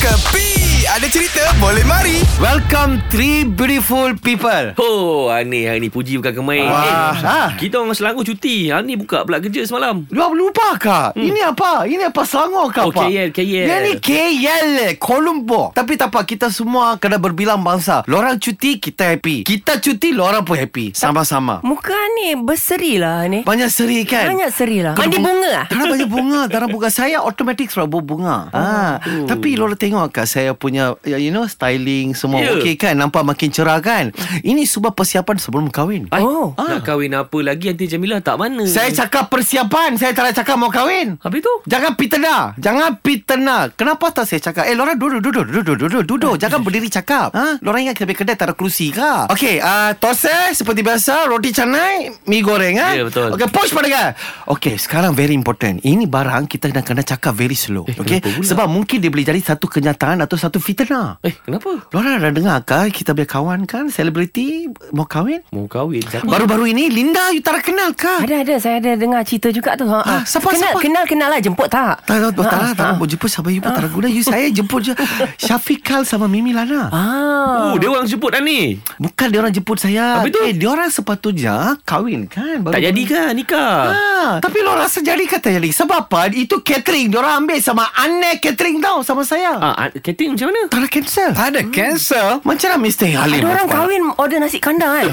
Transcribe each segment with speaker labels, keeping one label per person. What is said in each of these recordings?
Speaker 1: Kepi Ada cerita boleh mari
Speaker 2: Welcome three beautiful people.
Speaker 3: Oh, hari ni hari ni puji bukan kemain.
Speaker 2: Wah,
Speaker 3: Eh,
Speaker 2: ha.
Speaker 3: kita orang Selangor cuti. Hari ni buka pula kerja semalam.
Speaker 2: Lu apa lupa kak? Hmm. Ini apa? Ini apa Selangor ke
Speaker 3: Oh,
Speaker 2: apa?
Speaker 3: KL, KL.
Speaker 2: Ini KL, eh, Colombo. Tapi tak apa, kita semua kena berbilang bangsa. Lorang cuti, kita happy. Kita cuti, lorang pun happy. Sama-sama.
Speaker 4: Muka ni berseri lah ni.
Speaker 2: Banyak seri kan?
Speaker 4: Banyak seri lah.
Speaker 2: Kena
Speaker 4: Ada
Speaker 2: bung-
Speaker 4: bunga lah.
Speaker 2: Tanah banyak bunga Tanah bunga saya Automatik surat bunga
Speaker 4: Oh.
Speaker 2: ha. Tapi lorang tengok kat Saya punya ya, You know Styling Semua
Speaker 3: Ya.
Speaker 2: okey kan Nampak makin cerah kan Ini sebab persiapan Sebelum kahwin
Speaker 3: Ai,
Speaker 4: Oh.
Speaker 3: Nak kahwin apa lagi nanti Jamilah tak mana.
Speaker 2: Ah. Saya cakap persiapan Saya tak nak cakap mau kahwin
Speaker 3: Habis tu?
Speaker 2: Jangan pitena Jangan pitena Kenapa tak saya cakap Eh Lorang duduk Duduk Duduk Duduk Duduk Jangan berdiri cakap ha? Lorang ingat kedai kedai Tak ada kerusi ke Okay uh, Tose Seperti biasa Roti canai Mi goreng ha?
Speaker 3: Ya, betul.
Speaker 2: Okay push pendengar Okay sekarang very important Ini barang Kita nak kena cakap very slow eh, Okay
Speaker 3: kenapa pula?
Speaker 2: Sebab mungkin dia boleh jadi Satu kenyataan Atau satu fitnah
Speaker 3: Eh, kenapa?
Speaker 2: Lorang dah dengar ke Kita punya kawan kan Selebriti Mau kahwin
Speaker 3: Mau kahwin siapa?
Speaker 2: Baru-baru ini Linda you tak kenal ke
Speaker 4: Ada ada saya ada dengar cerita juga tu. Ha.
Speaker 2: Ah,
Speaker 4: ah.
Speaker 2: siapa,
Speaker 4: kenal,
Speaker 2: siapa?
Speaker 4: kenal kenal lah jemput tak?
Speaker 2: Tak tahu Tak lah
Speaker 4: Ah,
Speaker 2: Tak
Speaker 4: ah.
Speaker 2: mau jemput Sama you pun tak ada guna You saya jemput je Syafiqal sama Mimi Lana
Speaker 4: Ah.
Speaker 3: Oh, dia orang jemput kan ni.
Speaker 2: Bukan dia orang jemput saya
Speaker 3: Habis tu?
Speaker 2: Eh dia orang sepatutnya Kahwin kan
Speaker 3: Tak jadi kan nikah?
Speaker 2: Ha, tapi lo rasa jadi kata jadi Sebab apa Itu catering Diorang ambil sama Aneh catering tau Sama saya
Speaker 3: Ah, ah, catering macam mana?
Speaker 2: Tak nak cancel
Speaker 1: Ada cancel
Speaker 2: Macam mana Mr. Halim
Speaker 4: Ah. Ada orang kahwin order nasi kandang kan?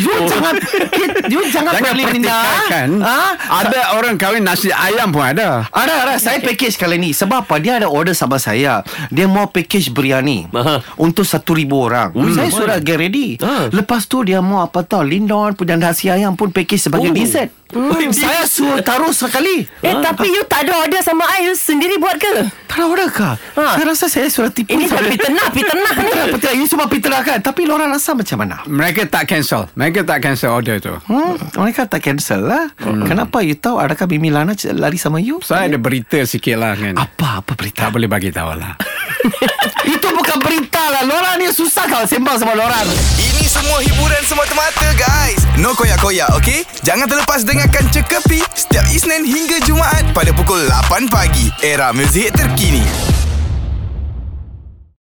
Speaker 2: You jangan You jangan
Speaker 1: Jangan
Speaker 2: pelik Linda
Speaker 1: pertikaikan
Speaker 2: ha?
Speaker 1: Ada orang kahwin nasi ayam pun ada
Speaker 2: Ara, Ara, Ah, saya package kali ni Sebab apa Dia ada order sama saya Dia mau package biryani
Speaker 3: Aha.
Speaker 2: Untuk satu ribu orang
Speaker 3: Ui,
Speaker 2: Saya
Speaker 3: ramai.
Speaker 2: sudah get ready
Speaker 3: Ha.
Speaker 2: Lepas tu dia mau apa tau Lindon punya nasi ayam pun package sebagai
Speaker 3: Oh.
Speaker 2: dessert
Speaker 3: Ui,
Speaker 2: Saya suruh taruh sekali
Speaker 4: eh tapi you tak ada order sama I you sendiri buat ke?
Speaker 2: Tak ada order kah?
Speaker 4: Ha.
Speaker 2: Saya rasa saya sudah tipu
Speaker 4: Ini buat fitnah, fitnah ni.
Speaker 2: Betul, betul. You semua pitnah kan Tapi lorang rasa macam mana?
Speaker 1: Mereka tak cancel Mereka tak cancel order tu
Speaker 2: Hmm, mereka tak cancel lah
Speaker 3: Hmm.
Speaker 2: Kenapa you tahu Adakah Mimi Lana c- lari sama you?
Speaker 1: Saya ada berita sikit lah kan
Speaker 2: Apa? Apa berita?
Speaker 1: Tak boleh bagi tahu lah
Speaker 2: Itu bukan berita lah Lorang ni susah kalau sembang sama lorang
Speaker 5: Ini semua hiburan semata-mata guys No koyak-koyak ok Jangan terlepas dengarkan Cekapi Setiap Isnin hingga Jumaat Pada pukul 8 pagi Era muzik terkini